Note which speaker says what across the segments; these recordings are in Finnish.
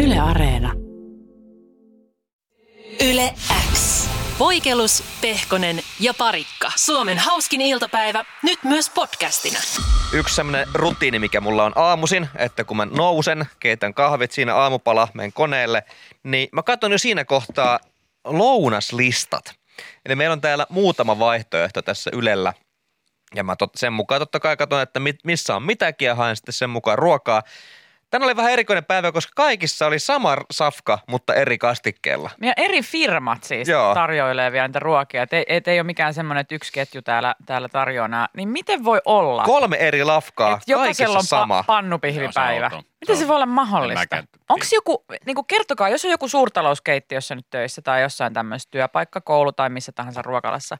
Speaker 1: Yle Areena.
Speaker 2: Yle X.
Speaker 1: Voikelus, Pehkonen ja Parikka. Suomen hauskin iltapäivä, nyt myös podcastina.
Speaker 3: yksi semmoinen rutiini, mikä mulla on aamuisin, että kun mä nousen, keitän kahvit siinä aamupala, menen koneelle, niin mä katson jo siinä kohtaa lounaslistat. Eli meillä on täällä muutama vaihtoehto tässä Ylellä. Ja mä tot, sen mukaan totta kai katson, että mit, missä on mitäkin ja haen sitten sen mukaan ruokaa. Tänään oli vähän erikoinen päivä, koska kaikissa oli sama safka, mutta eri kastikkeella.
Speaker 4: Ja eri firmat siis
Speaker 3: Joo.
Speaker 4: Joo. tarjoilee vielä niitä ruokia. Et ei, et ei ole mikään semmoinen, että yksi ketju täällä, täällä tarjoaa nää. Niin miten voi olla,
Speaker 3: Kolme eri lafkaa,
Speaker 4: että
Speaker 3: kaikissa
Speaker 4: jokaisella on
Speaker 3: sama.
Speaker 4: pa- pannupihvipäivä?
Speaker 5: Se on se outo.
Speaker 4: miten
Speaker 5: Se
Speaker 4: se
Speaker 5: on-
Speaker 4: voi olla
Speaker 5: en
Speaker 4: mahdollista?
Speaker 5: mäkään tiedä.
Speaker 4: Onko joku, niin kuin kertokaa, jos on joku suurtalouskeittiössä nyt töissä tai jossain tämmöisessä työpaikka, koulu tai missä tahansa ruokalassa.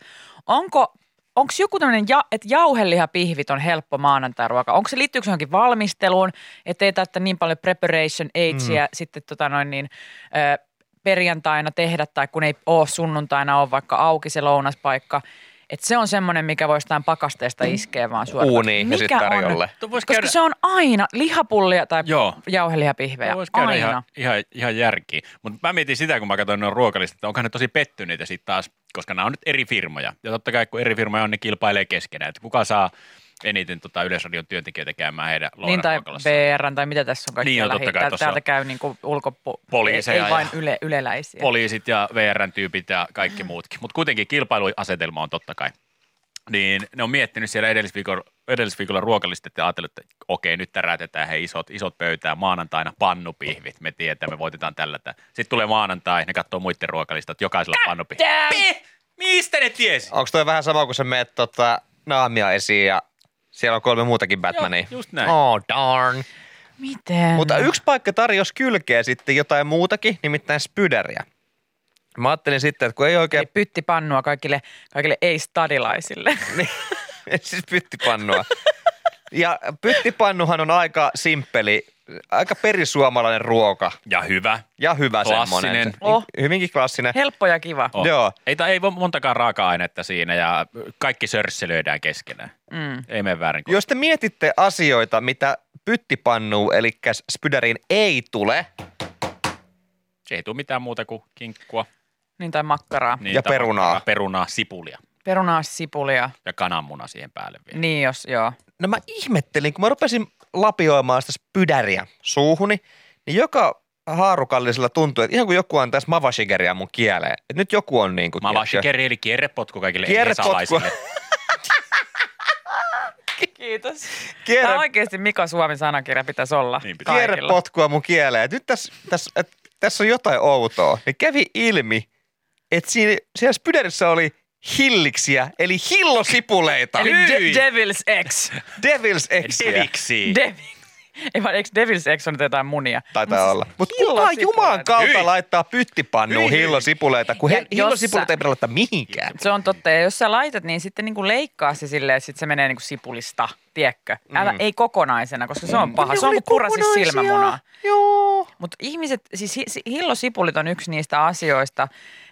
Speaker 4: Onko Onko joku tämmöinen, ja, että jauhelihapihvit on helppo maanantai-ruoka? Onko se, liittyykö se johonkin valmisteluun, että ei tarvitse niin paljon preparation agea sitten tota noin niin, ö, perjantaina tehdä tai kun ei ole sunnuntaina on vaikka auki se lounaspaikka. Että se on semmoinen, mikä voisi tämän pakasteesta iskeä vaan suoraan.
Speaker 3: Uuniin ja sit
Speaker 4: Mikä on-
Speaker 3: tarjolle.
Speaker 5: Tuo voisi
Speaker 4: Koska
Speaker 5: käydä-
Speaker 4: se on aina lihapullia tai
Speaker 5: Joo.
Speaker 4: jauhelihapihvejä.
Speaker 5: Voisi käydä
Speaker 4: Aina.
Speaker 5: ihan, ihan, ihan järkiin. Mutta mä mietin sitä, kun mä katsoin noin ruokalistat, että onkohan ne tosi pettyneitä sitten taas, koska nämä on nyt eri firmoja. Ja totta kai, kun eri firmoja on, ne kilpailee keskenään. Että kuka saa eniten tota Yleisradion työntekijöitä käymään heidän
Speaker 4: Niin tai
Speaker 5: lounasruokalassa.
Speaker 4: VRn tai mitä tässä on kaikki
Speaker 5: Niin on,
Speaker 4: lähi-
Speaker 5: totta kai
Speaker 4: täältä-
Speaker 5: tossa
Speaker 4: Täältä
Speaker 5: on
Speaker 4: käy niin ulkopoliiseja.
Speaker 5: poliiseja
Speaker 4: Ei, ei
Speaker 5: ja
Speaker 4: vain yle, yleläisiä.
Speaker 5: Poliisit ja VRn tyypit ja kaikki muutkin. Mutta kuitenkin kilpailuasetelma on totta kai. Niin ne on miettinyt siellä edellisviikolla, edellisviikolla ruokalistet ja ajatellut, että okei, nyt tärätetään he isot, isot pöytää maanantaina pannupihvit. Me tietää, me voitetaan tällä. tää. Sitten tulee maanantai, ne katsoo muiden ruokalistat, jokaisella on pannupihvi. Pih! Mistä ne tiesi?
Speaker 3: Onko toi vähän sama kuin sä meet tota, naamia esiin ja siellä on kolme muutakin Batmania?
Speaker 5: Joo, just näin.
Speaker 3: Oh darn.
Speaker 4: Miten?
Speaker 3: Mutta yksi paikka tarjosi kylkeä sitten jotain muutakin, nimittäin spyderiä. Mä ajattelin sitten, että kun ei
Speaker 4: Eli
Speaker 3: oikein
Speaker 4: pyttipannua kaikille, kaikille ei-stadilaisille.
Speaker 3: niin, siis pyttipannua. Ja pyttipannuhan on aika simppeli, aika perisuomalainen ruoka
Speaker 5: Ja hyvä.
Speaker 3: ja hyvä
Speaker 5: Klassinen.
Speaker 3: semmoinen.
Speaker 4: Oh.
Speaker 3: Hyvinkin klassinen.
Speaker 4: Helppo ja kiva.
Speaker 5: On.
Speaker 3: Joo.
Speaker 5: Oh. Ei, tai ei ole montakaan raaka-ainetta siinä ja kaikki sörsselöidään keskenään.
Speaker 4: Mm.
Speaker 5: Ei mene väärin.
Speaker 3: Jos te mietitte asioita, mitä pyttipannuu, eli spyderiin ei tule,
Speaker 5: Se ei tule mitään muuta kuin kinkkua.
Speaker 4: Niin tai makkaraa. Niin.
Speaker 5: Niin,
Speaker 3: Ja
Speaker 5: tapahtuu-
Speaker 3: perunaa.
Speaker 5: Perunaa, sipulia
Speaker 4: Perunaa, sipulia.
Speaker 5: ja kananmuna siihen päälle vielä.
Speaker 4: Niin jos, joo.
Speaker 3: No mä ihmettelin, kun mä rupesin lapioimaan sitä spydäriä suuhuni, niin joka haarukallisella tuntui, että ihan kuin joku antaisi mavashigeria mun kieleen. Et nyt joku on niin kuin...
Speaker 5: Mä avasin keri, eli kierrepotku kaikille
Speaker 3: Kierrepotku.
Speaker 5: ehesalaisille.
Speaker 4: Kiitos.
Speaker 3: Kierre-
Speaker 4: Tämä oikeasti Mika Suomen sanakirja pitäisi olla
Speaker 5: Niin pitää.
Speaker 4: kaikilla.
Speaker 3: Kierrepotkua mun kieleen. Et nyt tässä täs, et, täs on jotain outoa. Niin kävi ilmi, että siinä, siellä spydärissä oli hilliksiä, eli hillosipuleita.
Speaker 4: Eli
Speaker 5: Hyi!
Speaker 4: De- Devil's X.
Speaker 3: Devil's Exiä.
Speaker 5: Deviksi.
Speaker 4: De- ei vaan eikö Devil's X on nyt jotain munia. siis
Speaker 3: Taitaa olla. Mutta kuka
Speaker 4: hillosipuleita.
Speaker 3: Jumalan kautta
Speaker 5: Hyi!
Speaker 3: laittaa pyttipannuun
Speaker 5: Hyi!
Speaker 3: hillosipuleita, kun
Speaker 4: Ja
Speaker 3: he,
Speaker 4: jos
Speaker 3: hillosipuleita
Speaker 4: sä-
Speaker 3: ei pidä laittaa mihinkään.
Speaker 4: Se on totta. Ja jos sä laitat, niin sitten niin kuin leikkaa se silleen, että sit se menee niin kuin sipulista, tiedätkö? Älä, mm. ei kokonaisena, koska se on paha.
Speaker 3: Ne
Speaker 4: Se on
Speaker 3: oli
Speaker 4: kuin kurasi
Speaker 3: kokonaisia.
Speaker 4: silmämunaa.
Speaker 3: Mm. Joo.
Speaker 4: Mutta ihmiset, siis hi- si- hillosipulit on yksi niistä asioista,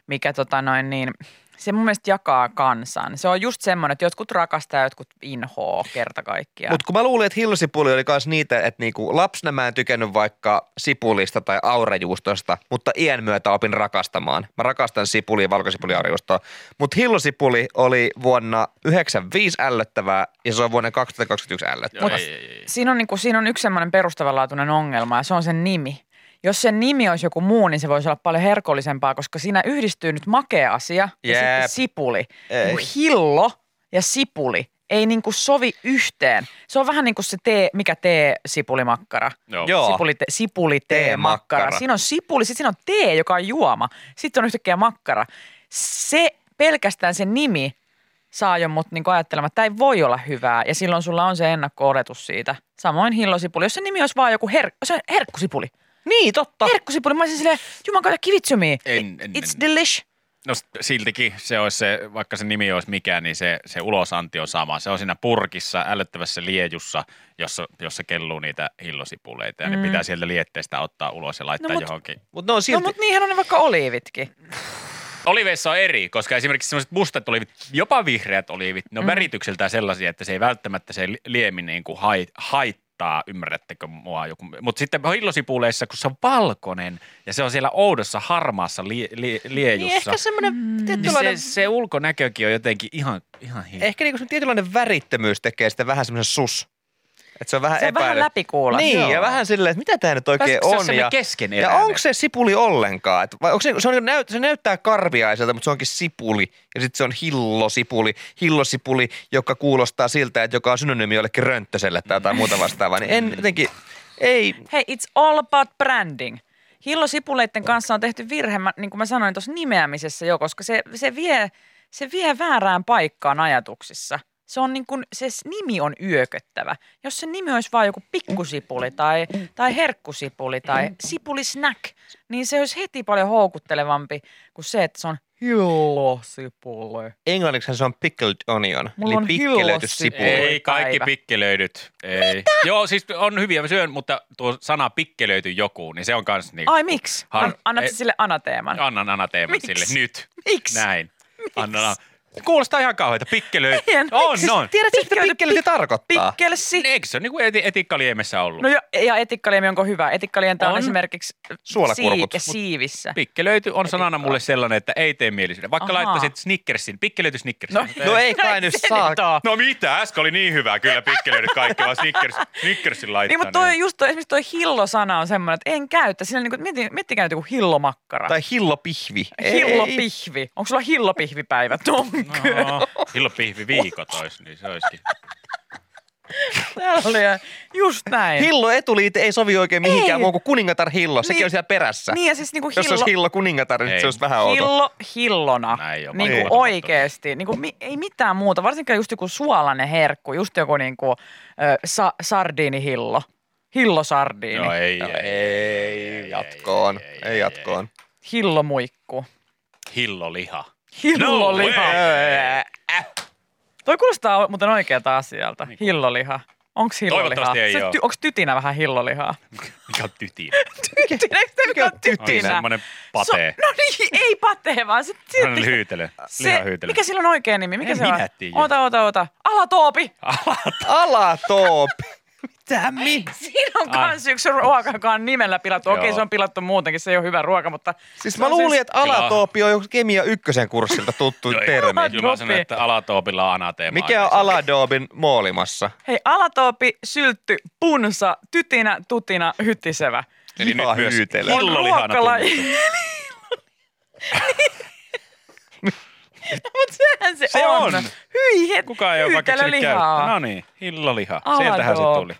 Speaker 4: mikä tota noin niin, se mun mielestä jakaa kansan. Se on just semmoinen, että jotkut rakastaa, jotkut inhoa kerta kaikkiaan.
Speaker 3: Mutta kun mä luulin, että hillosipuli oli myös niitä, että niinku lapsena mä en tykännyt vaikka sipulista tai aurajuustosta, mutta iän myötä opin rakastamaan. Mä rakastan sipulia, valkosipulia, aurajuustoa. Mutta hillosipuli oli vuonna 95 ällöttävää ja se on vuonna 2021 ällöttävää.
Speaker 5: Joo,
Speaker 4: Mut-
Speaker 5: ei, ei, ei.
Speaker 4: Siinä on, niin kuin, siinä on yksi semmoinen perustavanlaatuinen ongelma ja se on sen nimi. Jos sen nimi olisi joku muu, niin se voisi olla paljon herkollisempaa, koska siinä yhdistyy nyt makea asia ja
Speaker 3: Jep.
Speaker 4: sitten sipuli.
Speaker 3: Ei.
Speaker 4: Kun Hillo ja sipuli ei niin kuin sovi yhteen. Se on vähän niin kuin se tee, mikä tee sipulimakkara.
Speaker 5: Joo.
Speaker 3: Joo.
Speaker 4: Sipuli, te, sipuli tee,
Speaker 3: Teemakkara.
Speaker 4: makkara. Siinä on sipuli, sitten siinä on tee, joka on juoma. Sitten on yhtäkkiä makkara. Se pelkästään se nimi saa jo mut niinku ajattelemaan, että tämä ei voi olla hyvää. Ja silloin sulla on se ennakko-oletus siitä. Samoin hillosipuli. Jos se nimi olisi vaan joku her- se herkkusipuli.
Speaker 3: Niin, totta.
Speaker 4: Herkkusipuli. Mä olisin silleen, juman kautta kivitsumi.
Speaker 5: En- en-
Speaker 4: It's
Speaker 5: en.
Speaker 4: delish.
Speaker 5: No s- siltikin se olisi se, vaikka se nimi olisi mikä, niin se, se ulosanti on sama. Se on siinä purkissa, älyttävässä liejussa, jossa, jossa kelluu niitä hillosipuleita. Ja mm. ne pitää sieltä lietteestä ottaa ulos ja laittaa
Speaker 4: No
Speaker 5: no,
Speaker 4: mut-
Speaker 5: johonkin.
Speaker 3: Mutta ne on
Speaker 4: No
Speaker 3: silti.
Speaker 4: mut niinhän on ne vaikka oliivitkin.
Speaker 5: Oliveissa on eri, koska esimerkiksi sellaiset mustat oliivit, jopa vihreät oliivit, ne on mm. väritykseltään sellaisia, että se ei välttämättä se li- liemi niin kuin hai, hai, vituttaa, ymmärrättekö mua joku. Mutta sitten hillosipuleissa, kun se on valkoinen ja se on siellä oudossa harmaassa li, li, liejussa.
Speaker 3: Niin ehkä semmoinen mm.
Speaker 5: Niin
Speaker 3: tietynlainen,
Speaker 5: se, se ulkonäkökin on jotenkin ihan, ihan hirveä.
Speaker 3: ehkä niinku se tietynlainen värittömyys tekee sitä vähän semmoisen sus. Että se on vähän
Speaker 4: Se on vähän
Speaker 3: epäily.
Speaker 4: läpikuulla.
Speaker 3: Niin,
Speaker 5: Joo.
Speaker 3: ja vähän silleen, että mitä tämä nyt oikein
Speaker 5: Pääsikö se
Speaker 3: on.
Speaker 5: semmoinen
Speaker 3: Ja, ja
Speaker 5: keskeneräinen?
Speaker 3: onko se sipuli ollenkaan? Et, vai onko se, se, on, niinku näyt, se näyttää karviaiselta, mutta se onkin sipuli. Ja sitten se on hillosipuli. Hillosipuli, joka kuulostaa siltä, että joka on synonyymi jollekin rönttöselle tai jotain muuta vastaavaa. Niin
Speaker 4: Mm.
Speaker 3: en jotenkin, ei,
Speaker 4: Hei, it's all about branding. Hillosipuleiden kanssa on tehty virhe, mä- niin kuin mä sanoin tuossa nimeämisessä jo, koska se, se, vie, se vie väärään paikkaan ajatuksissa. Se, on niin kuin, se s- nimi on yököttävä. Jos se nimi olisi vain joku pikkusipuli tai, tai herkkusipuli tai sipulisnack, niin se olisi heti paljon houkuttelevampi kuin se, että se on hillosipuli.
Speaker 3: englanniksi se on pickled onion,
Speaker 4: Mulla on
Speaker 3: eli pikkelöity
Speaker 4: hillosi-
Speaker 3: sipuli.
Speaker 5: Ei, kaikki
Speaker 4: Päivä.
Speaker 5: pikkelöidyt. Ei. Mitä? Joo, siis on hyviä, mä syön, mutta tuo sana pikkelöity joku, niin se on kans niin.
Speaker 4: Ai miksi?
Speaker 5: Har-
Speaker 4: An, annat
Speaker 5: ei-
Speaker 4: sä sille anateeman?
Speaker 5: Annan anateeman
Speaker 4: Miksi?
Speaker 5: sille nyt.
Speaker 4: Miksi?
Speaker 5: Näin. Annan ana- Kuulostaa ihan kauheita. Pikkelöity.
Speaker 4: En,
Speaker 5: on,
Speaker 4: miksi?
Speaker 5: on.
Speaker 4: Tiedätkö, mitä
Speaker 3: Mitä pikkelöity tarkoittaa?
Speaker 4: pikkelsi?
Speaker 5: Eikö se ole niin kuin eti- etikkaliemessä ollut?
Speaker 4: No ja, ja etikkaliemi onko hyvä? Etikkalientä on,
Speaker 5: On.
Speaker 4: on esimerkiksi
Speaker 3: Suolakurkut.
Speaker 4: ja siivissä.
Speaker 5: Pikkelöity on sanana mulle sellainen, että ei tee mielisyyden. Vaikka
Speaker 4: Ahaa.
Speaker 5: laittaisit Snickersin, pikkelöity Snickersin.
Speaker 4: No-
Speaker 5: Mutta
Speaker 3: No ei kai nyt saa.
Speaker 5: No mitä, äsken oli niin hyvää kyllä pikkelöidyt kaikki, vaan Snickers, Snickersin laittaa.
Speaker 4: Niin, mutta toi, just toi, esimerkiksi toi hillo-sana on semmoinen, että en käytä. Sillä niin kuin, mietti, miettikää nyt joku hillomakkara.
Speaker 3: Tai hillopihvi. Ei.
Speaker 4: Hillopihvi. Onko sulla hillopihvipäivä? Tonky. No.
Speaker 5: No, silloin pihvi viikot olisi, niin se olisikin.
Speaker 4: Täällä oli just näin.
Speaker 3: Hillo etuliite ei sovi oikein mihinkään
Speaker 4: Ei.
Speaker 3: muuhun kuin kuningatar hillo. Sekin
Speaker 4: Niin.
Speaker 3: on siellä perässä.
Speaker 4: Niin ja siis niinku
Speaker 3: Jos se
Speaker 4: hillo,
Speaker 3: olisi hillo kuningatar, niin
Speaker 5: Ei.
Speaker 3: se olisi vähän outo.
Speaker 4: hillo hillona.
Speaker 5: Näin on,
Speaker 4: Niin
Speaker 3: ei.
Speaker 4: kuin oikeesti. Niin kuin, mi, ei mitään muuta. Varsinkin just joku suolainen herkku. Just joku niin kuin, ö, sa, sardiinihillo. Hillosardiini.
Speaker 5: No ei, ei,
Speaker 3: ei, jatkoon. Ei jatkoon.
Speaker 4: Hillomuikku.
Speaker 5: Hilloliha.
Speaker 4: Hilloliha.
Speaker 5: No way.
Speaker 4: Toi kuulostaa muuten oikealta asialta. Hilloliha. Onks hilloliha?
Speaker 5: Toivottavasti ei
Speaker 4: Se
Speaker 5: oo.
Speaker 4: ty- Onks tytinä vähän hillolihaa?
Speaker 5: Mikä on tytin?
Speaker 4: Tytinä, eikö tämä mikä on
Speaker 5: On se
Speaker 4: tytinä?
Speaker 5: semmoinen patee.
Speaker 4: So, no niin, ei patee, vaan se,
Speaker 5: Se on
Speaker 4: se,
Speaker 5: hyytelö.
Speaker 4: se
Speaker 5: Lihahyytelö.
Speaker 4: mikä sillä on oikea nimi? Mikä
Speaker 5: En Ah.
Speaker 4: se on?
Speaker 5: minä tiedä.
Speaker 4: Ota, ota, ota. Alatoopi.
Speaker 3: Alatoopi. Mitä mi?
Speaker 4: Siinä on
Speaker 5: Ai.
Speaker 4: kans yksi ruoka, joka on nimellä pilattu. Okei,
Speaker 5: Joo.
Speaker 4: se on pilattu muutenkin, se ei ole hyvä ruoka, mutta...
Speaker 3: Siis
Speaker 4: se
Speaker 3: mä
Speaker 4: on
Speaker 3: luulin, että
Speaker 5: Kyllä.
Speaker 3: alatoopi on joku kemia ykkösen kurssilta tuttu
Speaker 5: Joo, ei.
Speaker 3: termi.
Speaker 5: Kyllä mä sanon, että alatoopilla on anateema.
Speaker 3: Mikä on aladoobin moolimassa?
Speaker 4: Hei, alatoopi, syltty, punsa, tytinä, tutina, hyttisevä.
Speaker 5: Eli nyt myös
Speaker 3: Lihahyytelö.
Speaker 4: On Niin,
Speaker 5: hillolihana
Speaker 4: ruokalaji.
Speaker 5: tunnistettu.
Speaker 4: Mutta niin. sehän se,
Speaker 5: Se
Speaker 4: on.
Speaker 5: on.
Speaker 4: Hyi het,
Speaker 5: Kuka ei ole vaikka keksinyt käyttää. No niin, hilloliha.
Speaker 4: Ala
Speaker 5: Sieltähän se
Speaker 4: doo.
Speaker 5: tuli.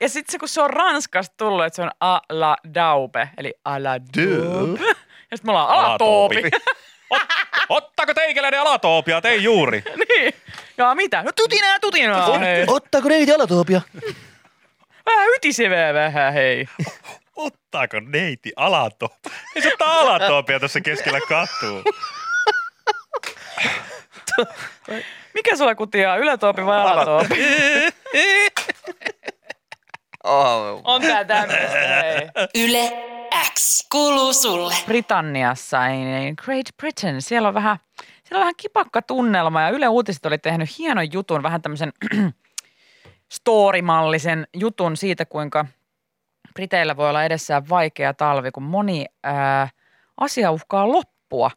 Speaker 4: Ja sitten se, kun se on Ranskasta tullut, että se on a la daupe, eli a la doupe. Ja sitten me ollaan alatoopi.
Speaker 5: Ot- Ottaako teikäläinen alatoopia? Tein juuri.
Speaker 4: niin. Ja mitä? No tutinaa, tutinaa. Hei.
Speaker 3: Ottaako neiti alatoopia?
Speaker 4: Vähän hytisevää vähän, hei.
Speaker 5: Ottaako neiti alatoopia? Ei se ottaa alatoopia tuossa keskellä katua.
Speaker 4: Mikä sulla kutia on? Ylätoopi vai alatoopi?
Speaker 3: Oh.
Speaker 5: No,
Speaker 4: on tää tämmöistä, hei.
Speaker 1: Yle X kuuluu sulle.
Speaker 4: Britanniassa, ei, ei, Great Britain, siellä on vähän, siellä on vähän kipakka tunnelma ja Yle Uutiset oli tehnyt hienon jutun, vähän tämmöisen storimallisen jutun siitä, kuinka Briteillä voi olla edessään vaikea talvi, kun moni ää, asia uhkaa loppua.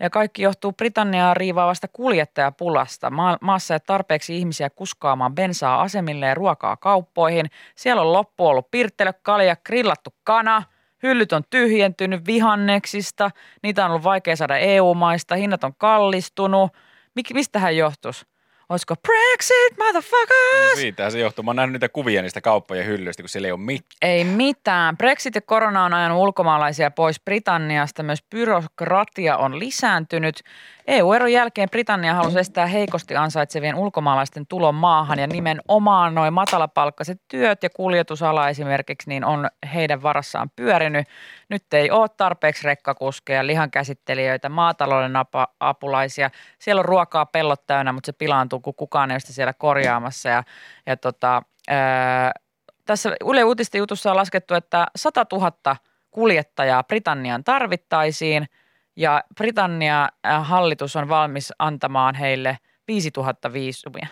Speaker 4: Ja kaikki johtuu Britanniaa riivaavasta kuljettajapulasta. Maa, maassa ei ole tarpeeksi ihmisiä kuskaamaan bensaa asemille ja ruokaa kauppoihin. Siellä on loppu ollut pirttelö, kalja, grillattu kana, hyllyt on tyhjentynyt vihanneksista, niitä on ollut vaikea saada EU-maista, hinnat on kallistunut. Mik, mistähän johtuisi? Olisiko Brexit, motherfuckers?
Speaker 5: Siitähän se johtuu. Mä oon nähnyt niitä kuvia niistä kauppojen hyllyistä, kun siellä ei ole mitään.
Speaker 4: Ei mitään. Brexit ja korona on ajanut ulkomaalaisia pois Britanniasta. Myös byrokratia on lisääntynyt. EU-eron jälkeen Britannia halusi estää heikosti ansaitsevien ulkomaalaisten tulon maahan ja nimenomaan noin matalapalkkaiset työt ja kuljetusala esimerkiksi niin on heidän varassaan pyörinyt. Nyt ei ole tarpeeksi rekkakuskeja, lihankäsittelijöitä, maatalouden apa- apulaisia. Siellä on ruokaa pellot täynnä, mutta se pilaantuu, kun kukaan ei ole sitä siellä korjaamassa. Ja, ja tota, ää, tässä Yle Uutisten jutussa on laskettu, että 100 000 kuljettajaa Britanniaan tarvittaisiin ja Britannia äh, hallitus on valmis antamaan heille 5000 viisumia.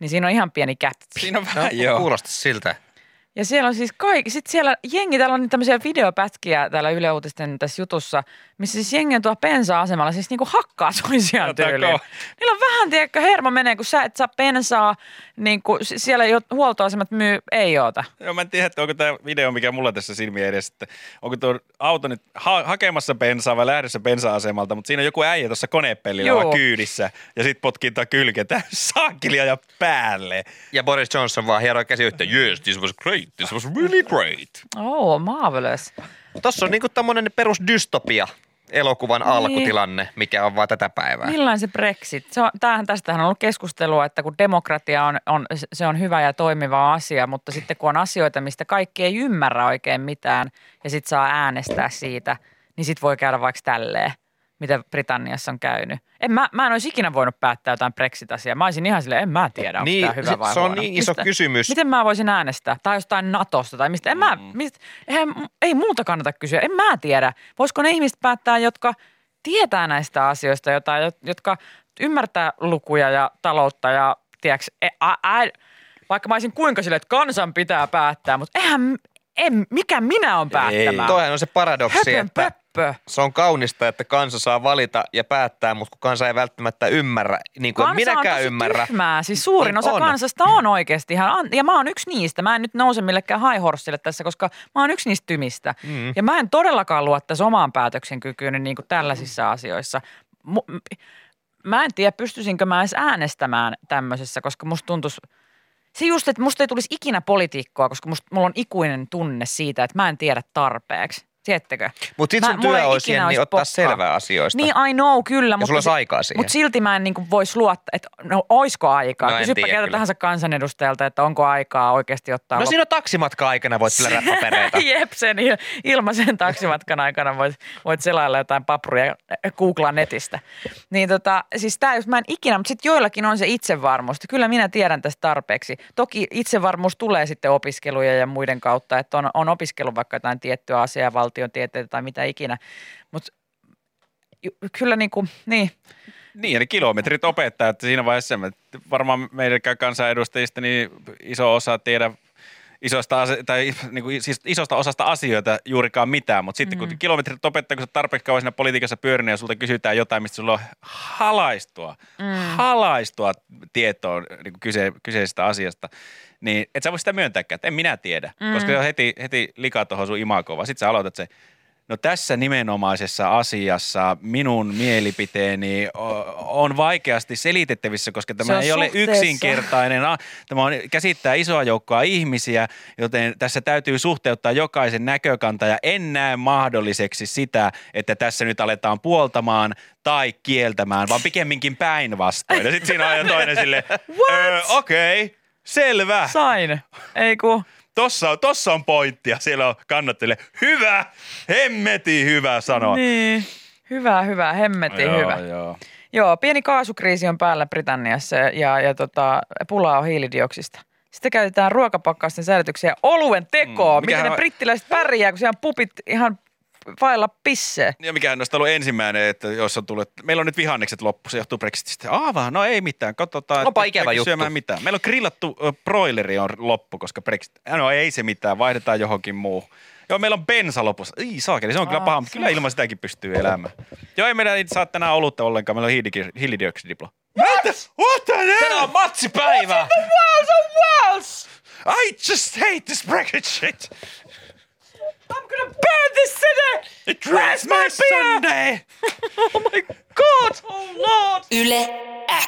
Speaker 4: Niin siinä on ihan pieni käppi.
Speaker 5: Siinä on vähän,
Speaker 3: No, Kuulosta siltä.
Speaker 4: Ja siellä on siis kaikki, sitten siellä jengi, täällä on niitä tämmöisiä videopätkiä täällä Yle Uutisten tässä jutussa, missä siis jengi on tuolla pensa-asemalla, siis niinku hakkaa toisiaan
Speaker 5: Tätäkö?
Speaker 4: tyyliin. Niillä on vähän, tiedätkö, hermo menee, kun sä et saa pensaa, niin kuin siellä jo huoltoasemat myy, ei oota.
Speaker 5: Joo, mä en tiedä, että onko tämä video, mikä mulla tässä silmiä edessä, että onko tuo auto nyt ha- hakemassa bensaa vai lähdössä bensa-asemalta, mutta siinä on joku äijä tuossa konepellillä
Speaker 4: Joo.
Speaker 5: vaan kyydissä ja sit potkii tää kylkeä tähän saakilia ja päälle.
Speaker 3: Ja Boris Johnson vaan hieroi käsi yhteen. Yes, this was great. This was really great.
Speaker 4: Oh, marvelous.
Speaker 3: Tossa on niinku tämmönen perusdystopia elokuvan
Speaker 4: Niin.
Speaker 3: alkutilanne, mikä on vaan tätä päivää.
Speaker 4: Millainen se Brexit? Se on, tämähän, tästähän on ollut keskustelua, että kun demokratia on, on, se on hyvä ja toimiva asia, mutta sitten kun on asioita, mistä kaikki ei ymmärrä oikein mitään ja sitten saa äänestää siitä, niin sitten voi käydä vaikka tälleen, mitä Britanniassa on käynyt. En mä, mä en olisi ikinä voinut päättää jotain Brexit-asiaa. Mä olisin ihan silleen, en mä tiedä, onko
Speaker 3: Niin,
Speaker 4: tämä hyvä
Speaker 3: se-
Speaker 4: vai
Speaker 3: se on
Speaker 4: huono.
Speaker 3: niin iso kysymys.
Speaker 4: Miten mä voisin äänestää? Tai jostain Natosta tai mistä? En mä, mist, eihän, ei muuta kannata kysyä. En mä tiedä. Voisiko ne ihmiset päättää, jotka tietää näistä asioista jotain, jo- jotka ymmärtää lukuja ja taloutta ja tiedäks, e, a, ä, vaikka mä olisin kuinka silleen, että kansan pitää päättää, mutta eihän, en, mikä minä on päättämään?
Speaker 3: Toihan on se paradoksi,
Speaker 4: Höpön
Speaker 3: että
Speaker 4: pöppö.
Speaker 3: se on kaunista, että kansa saa valita ja päättää, mutta kun kansa ei välttämättä ymmärrä, niin kuin en
Speaker 4: Kansa
Speaker 3: minäkään
Speaker 4: on tosi
Speaker 3: ymmärrä.
Speaker 4: Tyhmää. Siis suurin
Speaker 3: Niin
Speaker 4: osa
Speaker 3: on.
Speaker 4: kansasta on oikeasti ihan, an- ja mä oon yksi niistä. Mä en nyt nouse millekään haihorssille tässä, koska mä oon yksi niistä tymistä. Mm. Ja mä en todellakaan luottaisi omaan päätöksenkykyyn niin kuin
Speaker 3: Mm.
Speaker 4: tällaisissa asioissa. Mu- m- Mä en tiedä, pystyisinkö mä edes äänestämään tämmöisessä, koska musta tuntuisi se just, että musta ei tulisi ikinä politiikkoa, koska musta, mulla on ikuinen tunne siitä, että mä en tiedä tarpeeksi. Tiedättekö?
Speaker 3: Mutta sit
Speaker 4: Mä-
Speaker 3: sun
Speaker 4: mulla
Speaker 3: työ
Speaker 4: ei
Speaker 3: olisi
Speaker 4: ikinä
Speaker 3: siihen, niin
Speaker 4: olisi
Speaker 3: ottaa
Speaker 4: pokkaa.
Speaker 3: selvää asioista.
Speaker 4: Niin, I know, kyllä.
Speaker 3: sulla olisi aikaa siihen.
Speaker 4: Mutta silti mä en niin voisi luottaa, että no oisko aikaa.
Speaker 3: No, en
Speaker 4: Kysypä
Speaker 3: tiedä
Speaker 4: keltä
Speaker 3: kyllä.
Speaker 4: tahansa kansanedustajalta, että onko aikaa oikeasti ottaa
Speaker 3: no
Speaker 4: lop-
Speaker 3: siinä on taksimatka aikana voit kyllä räppäpereitä.
Speaker 4: Jep, sen il- ilmaisen taksimatkan aikana voit, voit selailla jotain papruja ja googlaa netistä. Niin tota, siis tää just mä en ikinä, mutta sitten joillakin on se itsevarmuus. että Kyllä minä tiedän tästä tarpeeksi. Toki itsevarmuus tulee sitten opiskeluja ja muiden kautta, että on, on opiskellut vaikka jotain tiettyä asiaa, valtiotieteitä tai mitä ikinä. Mutta kyllä niin kuin, niin,
Speaker 5: Niin, eli kilometrit opettaa, että siinä vaiheessa me, varmaan meidän kansanedustajista niin iso osa tiedä isosta, ase- tai niin kuin, siis isosta osasta asioita juurikaan mitään, mutta sitten mm. kun kilometrit opettaa, kun sä oot tarpeeksi kauan siinä politiikassa pyörinyt ja sulta kysytään jotain, mistä sulla on halaistua, mm. halaistua tietoa niin kuin kyse, kyseisestä asiasta, niin et sä voi sitä myöntääkään, että en minä tiedä, mm. koska se on heti, heti lika tuohon sun imakoon, vaan sit sä aloitat se, No tässä nimenomaisessa asiassa minun mielipiteeni o- on vaikeasti selitettävissä, koska tämä
Speaker 4: on
Speaker 5: ei ole
Speaker 4: suhteessa.
Speaker 5: yksinkertainen. a- Ah, Tämä on, käsittää isoa joukkoa ihmisiä, joten tässä täytyy suhteuttaa jokaisen näkökanta ja en näe mahdolliseksi sitä, että tässä nyt aletaan puoltamaan tai kieltämään, vaan pikemminkin päinvastoin. Ja sitten siinä on aina toinen sille, "Ö, okei, okay, selvä.
Speaker 4: Sain, ei kun.
Speaker 5: Tossa on, tossa on pointti ja siellä on kannattelee. Hyvä, hemmeti hyvä sanoa.
Speaker 4: Niin. Hyvä, hyvä, hemmetti
Speaker 5: joo,
Speaker 4: hyvä.
Speaker 5: Joo.
Speaker 4: Joo, pieni kaasukriisi on päällä Britanniassa ja, ja tota, pulaa on hiilidioksista. Sitten käytetään ruokapakkausten säilytyksiä ja oluen tekoa. Mm,
Speaker 5: mikähän
Speaker 4: Miten ne
Speaker 5: on-
Speaker 4: brittiläiset pärjää, kun siellä on pupit ihan vailla pissee.
Speaker 5: Ja mikähän noista on ollut ensimmäinen, että jos on tullut, meillä on nyt vihannekset loppu, se johtuu Brexitistä. Aavaa, no ei mitään, katsotaan.
Speaker 3: Onpa
Speaker 5: että
Speaker 3: ikävä
Speaker 5: pääkö
Speaker 3: juttu.
Speaker 5: Syömään mitään. Meillä on grillattu ö, broileri on loppu, koska Brexit. No ei se mitään, vaihdetaan johonkin muuhun. Joo, meillä on bensa lopussa. Ii, saakeli, se on kyllä
Speaker 4: Aa,
Speaker 5: paha, mutta
Speaker 4: se-
Speaker 5: kyllä ilman sitäkin pystyy elämään. Joo, ei meidän itse saa tänään olutta ollenkaan, meillä on hiiliki- hiilidioksidiplo. What? What the hell? Tänään on matsipäivä!
Speaker 4: Wales on Wales!
Speaker 5: I just hate this Brexit shit!
Speaker 4: I'm gonna burn this city!
Speaker 5: It ruins my Sunday!
Speaker 4: Oh my god! Oh lord!
Speaker 1: Yle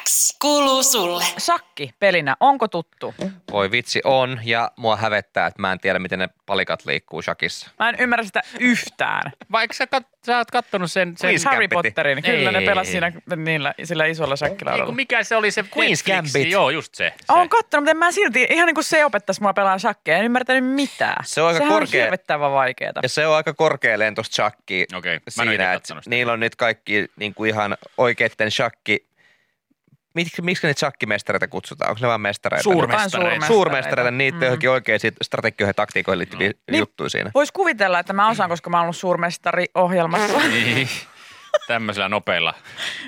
Speaker 1: X kuuluu sulle.
Speaker 4: Sakki pelinä, onko tuttu?
Speaker 3: Voi vitsi, on. Ja mua hävettää, että mä en tiedä, miten ne palikat liikkuu shakissa.
Speaker 4: Mä en ymmärrä sitä yhtään.
Speaker 6: Vaikka sä, kat, sä oot kattonut sen, sen
Speaker 3: Queen's
Speaker 4: Harry
Speaker 3: Gambitin.
Speaker 4: Potterin, kyllä ne
Speaker 6: Ei.
Speaker 4: pelasi siinä niillä, sillä isolla
Speaker 6: ei,
Speaker 4: shakkilaudalla.
Speaker 6: kun mikä se oli se Netflix,
Speaker 3: Gambit.
Speaker 6: Joo, just se. se.
Speaker 4: Oon kattonut, mutta en mä silti, ihan niin kuin se opettaisi mua pelaamaan shakkia, en ymmärtänyt mitään.
Speaker 3: Se on aika
Speaker 4: Sehän
Speaker 3: korkea.
Speaker 4: on hirvettävän vaikeeta.
Speaker 3: Ja se on aika korkea lentosta shakki
Speaker 5: Okei, mä en
Speaker 3: siinä,
Speaker 6: ole itse
Speaker 3: että
Speaker 6: katsonut sitä.
Speaker 3: niillä on nyt kaikki niin kuin ihan oikeitten shakki. Miksi, miksi niitä shakkimestareita kutsutaan? Onko ne vaan mestareita?
Speaker 4: Suurmestareita.
Speaker 3: Suurmestareita, niitä mm. johonkin oikeisiin strategioihin ja taktiikoihin liittyviä no.
Speaker 4: Niin.
Speaker 3: juttuja siinä.
Speaker 4: Voisi kuvitella, että mä osaan, koska mä oon ollut suurmestari ohjelmassa.
Speaker 6: tämmöisillä nopeilla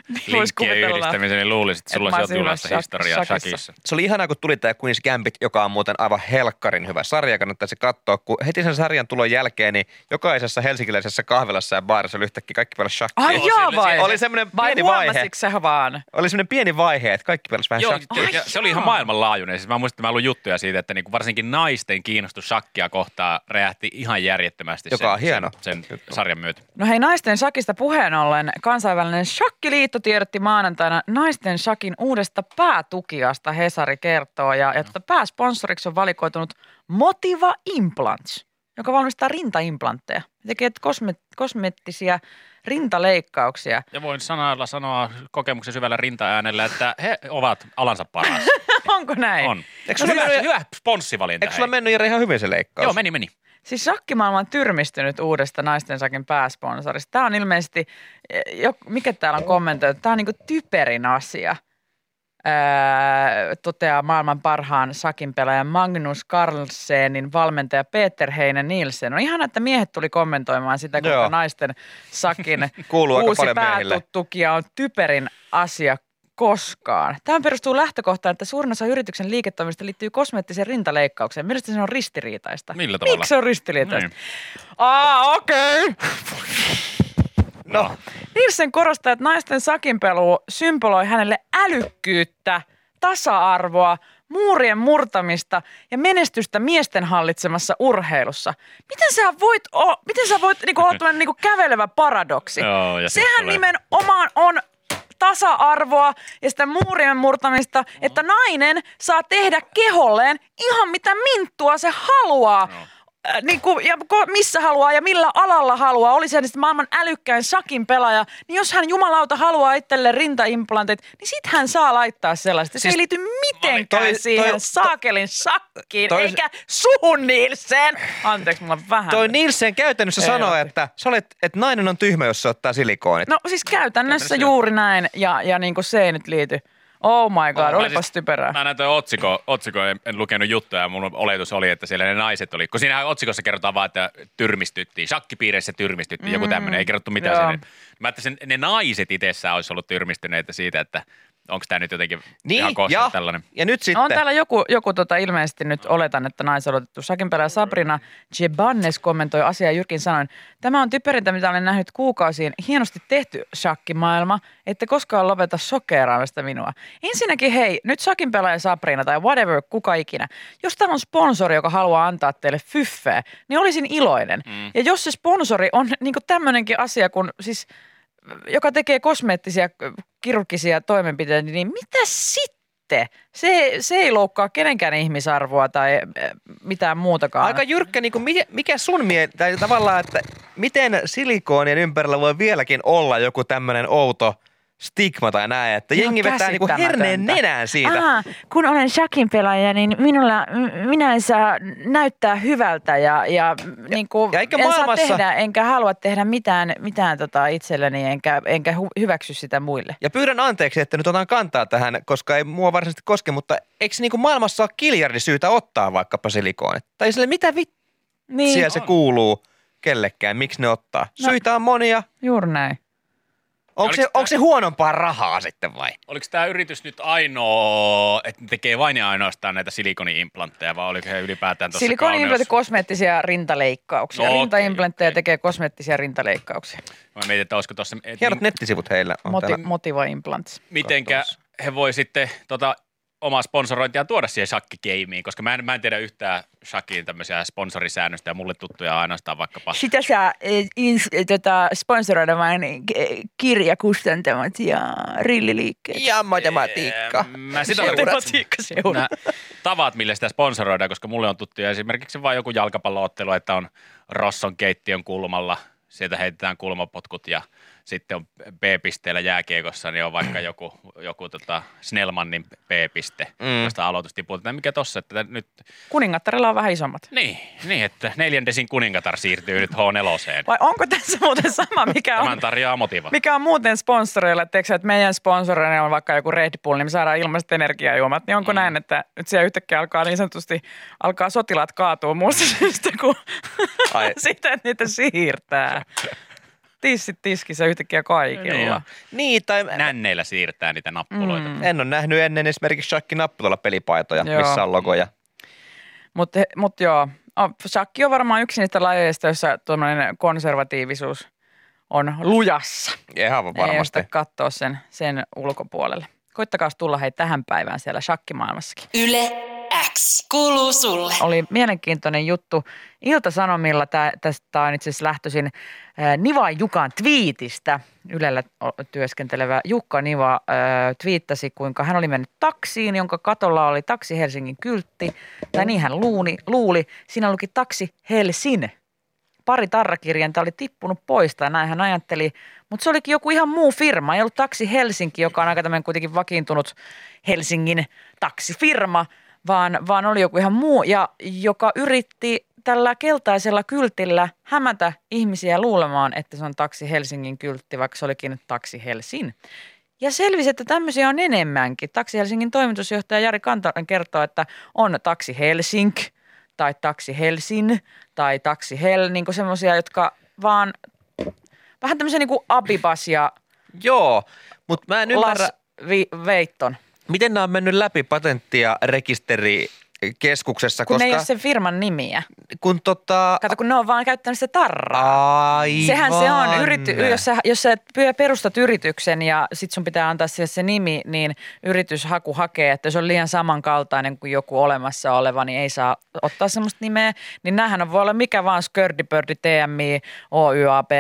Speaker 3: Niin,
Speaker 4: Voisi
Speaker 6: linkkien
Speaker 4: kuvitella.
Speaker 6: yhdistämisellä, niin luulisin, että
Speaker 4: Et
Speaker 6: sulla
Speaker 4: mä
Speaker 6: on
Speaker 4: olisin
Speaker 6: jonkinlaista
Speaker 4: jossain
Speaker 6: historiaa
Speaker 4: shakissa.
Speaker 6: shakissa.
Speaker 3: Se oli ihanaa, kun tuli tämä Queen's Gambit, joka on muuten aivan helkkarin hyvä sarja. Kannattaa se katsoa, kun heti sen sarjan tulon jälkeen, niin jokaisessa helsinkiläisessä kahvilassa ja baarissa oli yhtäkkiä kaikki pelasi shakkia.
Speaker 4: Ai
Speaker 6: Joo,
Speaker 4: joo
Speaker 6: sillä-
Speaker 4: vai?
Speaker 6: se-
Speaker 3: siis Oli semmoinen
Speaker 4: Vai
Speaker 3: pieni vaihe.
Speaker 4: huomasitko sä vaan?
Speaker 3: Oli semmoinen pieni vaihe, että kaikki pelasi vähän
Speaker 6: Joo,
Speaker 3: shakkia.
Speaker 6: ja se, se oli ihan maailmanlaajuinen. Siis mä muistan, että mä luin juttuja siitä, että niinku varsinkin naisten kiinnostus shakkia kohtaa räjähti ihan järjettömästi
Speaker 3: Joka
Speaker 6: sen,
Speaker 3: on hieno
Speaker 6: sen, sen
Speaker 3: juttu.
Speaker 6: sarjan myötä.
Speaker 4: No hei, naisten shakista puheen ollen kansainvälinen shakkiliitto tiedotti maanantaina naisten shakin uudesta päätukijasta, Hesari kertoo. Ja, ja tuota, pääsponsoriksi on valikoitunut Motiva Implants, joka valmistaa rintaimplantteja. Ne Tekee kosme, kosmettisia rintaleikkauksia.
Speaker 6: Ja voin sanalla sanoa kokemuksen syvällä rintaäänellä, että he ovat alansa paras.
Speaker 4: Onko näin?
Speaker 6: On.
Speaker 3: Eikö
Speaker 6: No,
Speaker 3: sulla
Speaker 6: hyvä,
Speaker 3: mennyt-
Speaker 6: hyvä sponssivalinta.
Speaker 3: Eikö sulla
Speaker 6: hei.
Speaker 3: mennyt Jere ihan hyvin se leikkaus?
Speaker 6: Joo, meni, meni.
Speaker 4: Siis shakkimaailma on tyrmistynyt uudesta naisten sakin pääsponsorista. Tämä on ilmeisesti, eh, jok- mikä täällä on kommentoitu, tämä on niinku typerin asia, öö, toteaa maailman parhaan sakin pelaajan Magnus Carlsenin valmentaja Peter Heine Nielsen. On ihana, että miehet tuli kommentoimaan sitä, kuinka
Speaker 3: Joo.
Speaker 4: naisten sakin
Speaker 3: Kuuluu aika
Speaker 4: uusi
Speaker 3: paljon miehille.
Speaker 4: päätuttukia on typerin asia koskaan. Tämä perustuu lähtökohtaan, että suurin osa yrityksen liiketoiminnasta liittyy kosmeettiseen rintaleikkaukseen. Mielestäni se on ristiriitaista.
Speaker 6: Millä tavalla?
Speaker 4: Miksi se on ristiriitaista?
Speaker 6: Niin.
Speaker 4: Aa, okei. Okay.
Speaker 3: No,
Speaker 4: Nielsen korostaa, että naisten sakinpelu symboloi hänelle älykkyyttä, tasa-arvoa, muurien murtamista ja menestystä miesten hallitsemassa urheilussa. Miten sä voit, o- miten sä voit niinku olla tämmöinen niinku kävelevä paradoksi?
Speaker 6: Joo, ja
Speaker 4: Sehän
Speaker 6: sitten tulee-
Speaker 4: nimenomaan on tasa-arvoa ja sitä muurien murtamista, että nainen saa tehdä keholleen ihan mitä minttua se haluaa.
Speaker 3: No.
Speaker 6: Joo.
Speaker 4: Äh, Niin kuin, ja ko- missä haluaa ja millä alalla haluaa, oli se hän sitten maailman älykkäin sakin pelaaja, niin jos hän jumalauta haluaa itselle rintaimplantit, niin sit hän saa laittaa sellaista. Se
Speaker 6: Siis-
Speaker 4: ei liity mitenkään
Speaker 3: Toi- toi-
Speaker 4: siihen
Speaker 3: toi-
Speaker 4: saakelin sakkiin,
Speaker 3: toi-
Speaker 4: eikä suhun Nielsen. Anteeksi, mulla on vähän.
Speaker 3: toi Nielsen käytännössä
Speaker 4: Ei
Speaker 3: sanoo,
Speaker 4: ole.
Speaker 3: että, sä olet, että nainen on tyhmä, jos se ottaa silikoonit.
Speaker 4: No siis käytännössä
Speaker 6: Käytännössä.
Speaker 4: juuri näin ja, ja niin kuin se ei nyt liity. Oh my god,
Speaker 6: Mä
Speaker 4: olipas
Speaker 6: siis-
Speaker 4: typerää.
Speaker 6: Mä näin toi otsikko, otsikko en, en, lukenut juttuja ja mun oletus oli, että siellä ne naiset oli. Kun siinähän otsikossa kerrotaan vaan, että tyrmistyttiin, shakkipiireissä tyrmistyttiin, joku tämmöinen, ei kerrottu mitään
Speaker 4: joo.
Speaker 6: Joo. sen. Mä ajattelin, että ne naiset itsessään olisi ollut tyrmistyneitä siitä, että onko tämä nyt jotenkin ihan kohta
Speaker 3: niin, ja,
Speaker 6: tällainen.
Speaker 3: ja nyt sitten.
Speaker 4: No, On täällä joku, joku tota, ilmeisesti nyt oletan, että naisolotettu sakinpelä Sabrina Jebannes kommentoi asiaa Jyrkin sanoin. Tämä on typerintä, mitä olen nähnyt kuukausiin. Hienosti tehty shakkimaailma, ette koskaan lopeta sokeeraamista minua. Ensinnäkin hei, nyt sakinpelaaja Sabrina tai whatever, kuka ikinä. Jos täällä on sponsori, joka haluaa antaa teille fyffeä, niin olisin iloinen. Mm. Ja jos se sponsori on niin tämmöinenkin asia, kun siis joka tekee kosmeettisia ö, kirurgisia toimenpiteitä, niin mitä sitten? Se, se ei loukkaa kenenkään ihmisarvoa tai ö, mitään muutakaan.
Speaker 3: Aika jyrkkä, niin kuin, mikä sun mie... tai tavallaan, että miten silikoonien ympärillä voi vieläkin olla joku tämmöinen outo stigma tai näin, että
Speaker 4: Ihan
Speaker 3: jengi vetää niin kuin herneen
Speaker 4: käsittämätöntä.
Speaker 3: nenään siitä.
Speaker 4: Aa, kun olen shakin pelaaja, niin minulla, m- minä en saa näyttää hyvältä ja, ja, ja, niin kuin,
Speaker 3: ja
Speaker 4: ja
Speaker 3: eikä
Speaker 4: eikä en saa
Speaker 3: maailmassa-
Speaker 4: tehdä, enkä halua tehdä mitään, mitään tota itselleni, enkä, enkä hu- hyväksy sitä muille.
Speaker 3: Ja pyydän anteeksi, että nyt otan kantaa tähän, koska ei mua varsinaisesti koske, mutta eikö niin kuin maailmassa ole kiljardi syytä ottaa vaikkapa silikoonit? Tai sille mitä vitsiä
Speaker 4: Niin,
Speaker 3: se
Speaker 6: on.
Speaker 3: kuuluu kellekään, miksi ne ottaa?
Speaker 4: No.
Speaker 3: Syitä on monia.
Speaker 4: juuri näin.
Speaker 3: Onko se,
Speaker 6: oliko tää-
Speaker 3: onko se huonompaa rahaa sitten vai?
Speaker 6: Oliko tämä yritys nyt ainoa, että ne tekee vain ja ainoastaan näitä silikoniimplantteja vai oliko he ylipäätään tuossa
Speaker 4: Silikoniimplantti
Speaker 6: kauneus?
Speaker 4: kosmeettisia rintaleikkauksia.
Speaker 6: No
Speaker 4: No,
Speaker 6: okei,
Speaker 4: Rintaimplantteja
Speaker 6: okei.
Speaker 4: tekee kosmeettisia rintaleikkauksia.
Speaker 6: Mä mietin, että olisiko tuossa... et
Speaker 3: Hienot
Speaker 6: mi-
Speaker 3: nettisivut heillä on
Speaker 4: Moti,
Speaker 3: täällä.
Speaker 4: motiva implants.
Speaker 6: mitenkä
Speaker 3: Katsotaan.
Speaker 6: he voi sitten tota, omaa sponsorointiaan tuoda siihen shakkikeimiin, koska mä en, mä en tiedä yhtään shakkiin tämmöisiä sponsorisäännöstä ja mulle tuttuja ainoastaan vaikkapa.
Speaker 4: Sitä saa eh, ins, eh, tota, sponsoroida vain eh, kirjakustantamat ja rilliliikkeet.
Speaker 3: Ja matematiikka.
Speaker 6: Ehm, Mä sitä
Speaker 3: Seurat.
Speaker 6: nämä tavat, millä sitä sponsoroidaan, koska mulle on tuttuja esimerkiksi vain joku jalkapalloottelu, että on Rosson keittiön kulmalla, sieltä heitetään kulmapotkut ja sitten on B-pisteellä jääkiekossa, niin on vaikka joku, joku tota Snellmannin B-piste,
Speaker 3: Mm.
Speaker 6: mm. josta aloitus tiputetaan. Mikä tossa, että nyt
Speaker 4: Kuningattarilla on vähän isommat.
Speaker 6: Niin, niin, että neljändesin kuningatar siirtyy nyt H4.
Speaker 4: Vai onko tässä muuten sama, mikä on,
Speaker 6: Tämän tarjoaa motiva.
Speaker 4: mikä on muuten sponsoreilla? Että, että meidän sponsoreina on vaikka joku Red Bull, niin me saadaan ilmaiset energiajuomat. Niin onko mm. näin, että nyt siellä yhtäkkiä alkaa niin sanotusti, alkaa sotilaat kaatua muusta syystä, kun
Speaker 3: Ai.
Speaker 4: sitä niitä siirtää. tissit tiskissä yhtäkkiä kaikilla.
Speaker 6: Niin joo.
Speaker 4: Niin
Speaker 3: Niin, tai
Speaker 6: Nänneillä siirtää niitä nappuloita.
Speaker 4: Mm.
Speaker 6: Mm.
Speaker 3: en ole nähnyt ennen esimerkiksi Shakki Nappulalla pelipaitoja,
Speaker 4: Joo.
Speaker 3: Joo. missä on logoja.
Speaker 4: Mutta mut joo, O, shakki on varmaan yksi niistä lajeista, jossa tuommoinen konservatiivisuus on lujassa.
Speaker 3: Ihan
Speaker 4: Ei
Speaker 3: varmasti.
Speaker 4: yritä katsoa sen, sen ulkopuolelle. Koittakaa tulla hei tähän päivään siellä shakkimaailmassakin.
Speaker 1: Yle X kuuluu sulle.
Speaker 4: Oli mielenkiintoinen juttu. Ilta-Sanomilla tää- tästä on itse asiassa lähtöisin äh, Niva Jukan twiitistä. Ylellä o- työskentelevä Jukka Niva äh, twiittasi, kuinka hän oli mennyt taksiin, jonka katolla oli Taksi Helsingin kyltti. Tai niin hän luuni, luuli. Siinä luki Taksi Helsin. Pari tarrakirjainta oli tippunut pois tai näin hän ajatteli. Mutta se olikin joku ihan muu firma. Ei ollut Taksi Helsinki, joka on aika tämmöinen kuitenkin vakiintunut Helsingin taksifirma, vaan, vaan oli joku ihan muu, ja joka yritti tällä keltaisella kyltillä hämätä ihmisiä luulemaan, että se on Taksi Helsingin kyltti, vaikka se olikin Taksi Helsin. Ja selvisi, että tämmöisiä on enemmänkin. Taksi Helsingin toimitusjohtaja Jari Kantonen kertoo, että on Taksi Helsink tai Taksi Helsin tai Taksi Hel, niin semmoisia, jotka vaan vähän tämmöisiä niin kuin abibas ja
Speaker 3: Joo, mutta mä en ymmärrä,
Speaker 4: las vi- veitton.
Speaker 3: miten nämä on mennyt läpi patentti- ja rekisterikeskuksessa,
Speaker 4: Kun
Speaker 3: koska
Speaker 4: ne ei ole sen firman nimiä.
Speaker 3: kun tota...
Speaker 4: Kato, kun ne on vaan käyttänyt sitä tarraa.
Speaker 3: Aivan.
Speaker 4: Sehän se on, yrity, jos, sä, jos sä pyö- perustat yrityksen ja sit sun pitää antaa sille se nimi, niin yrityshaku hakee, että jos on liian samankaltainen kuin joku olemassa oleva, niin ei saa ottaa semmoista nimeä. Niin näähän on, voi olla mikä vaan Skördipördi, TMI, OYAB,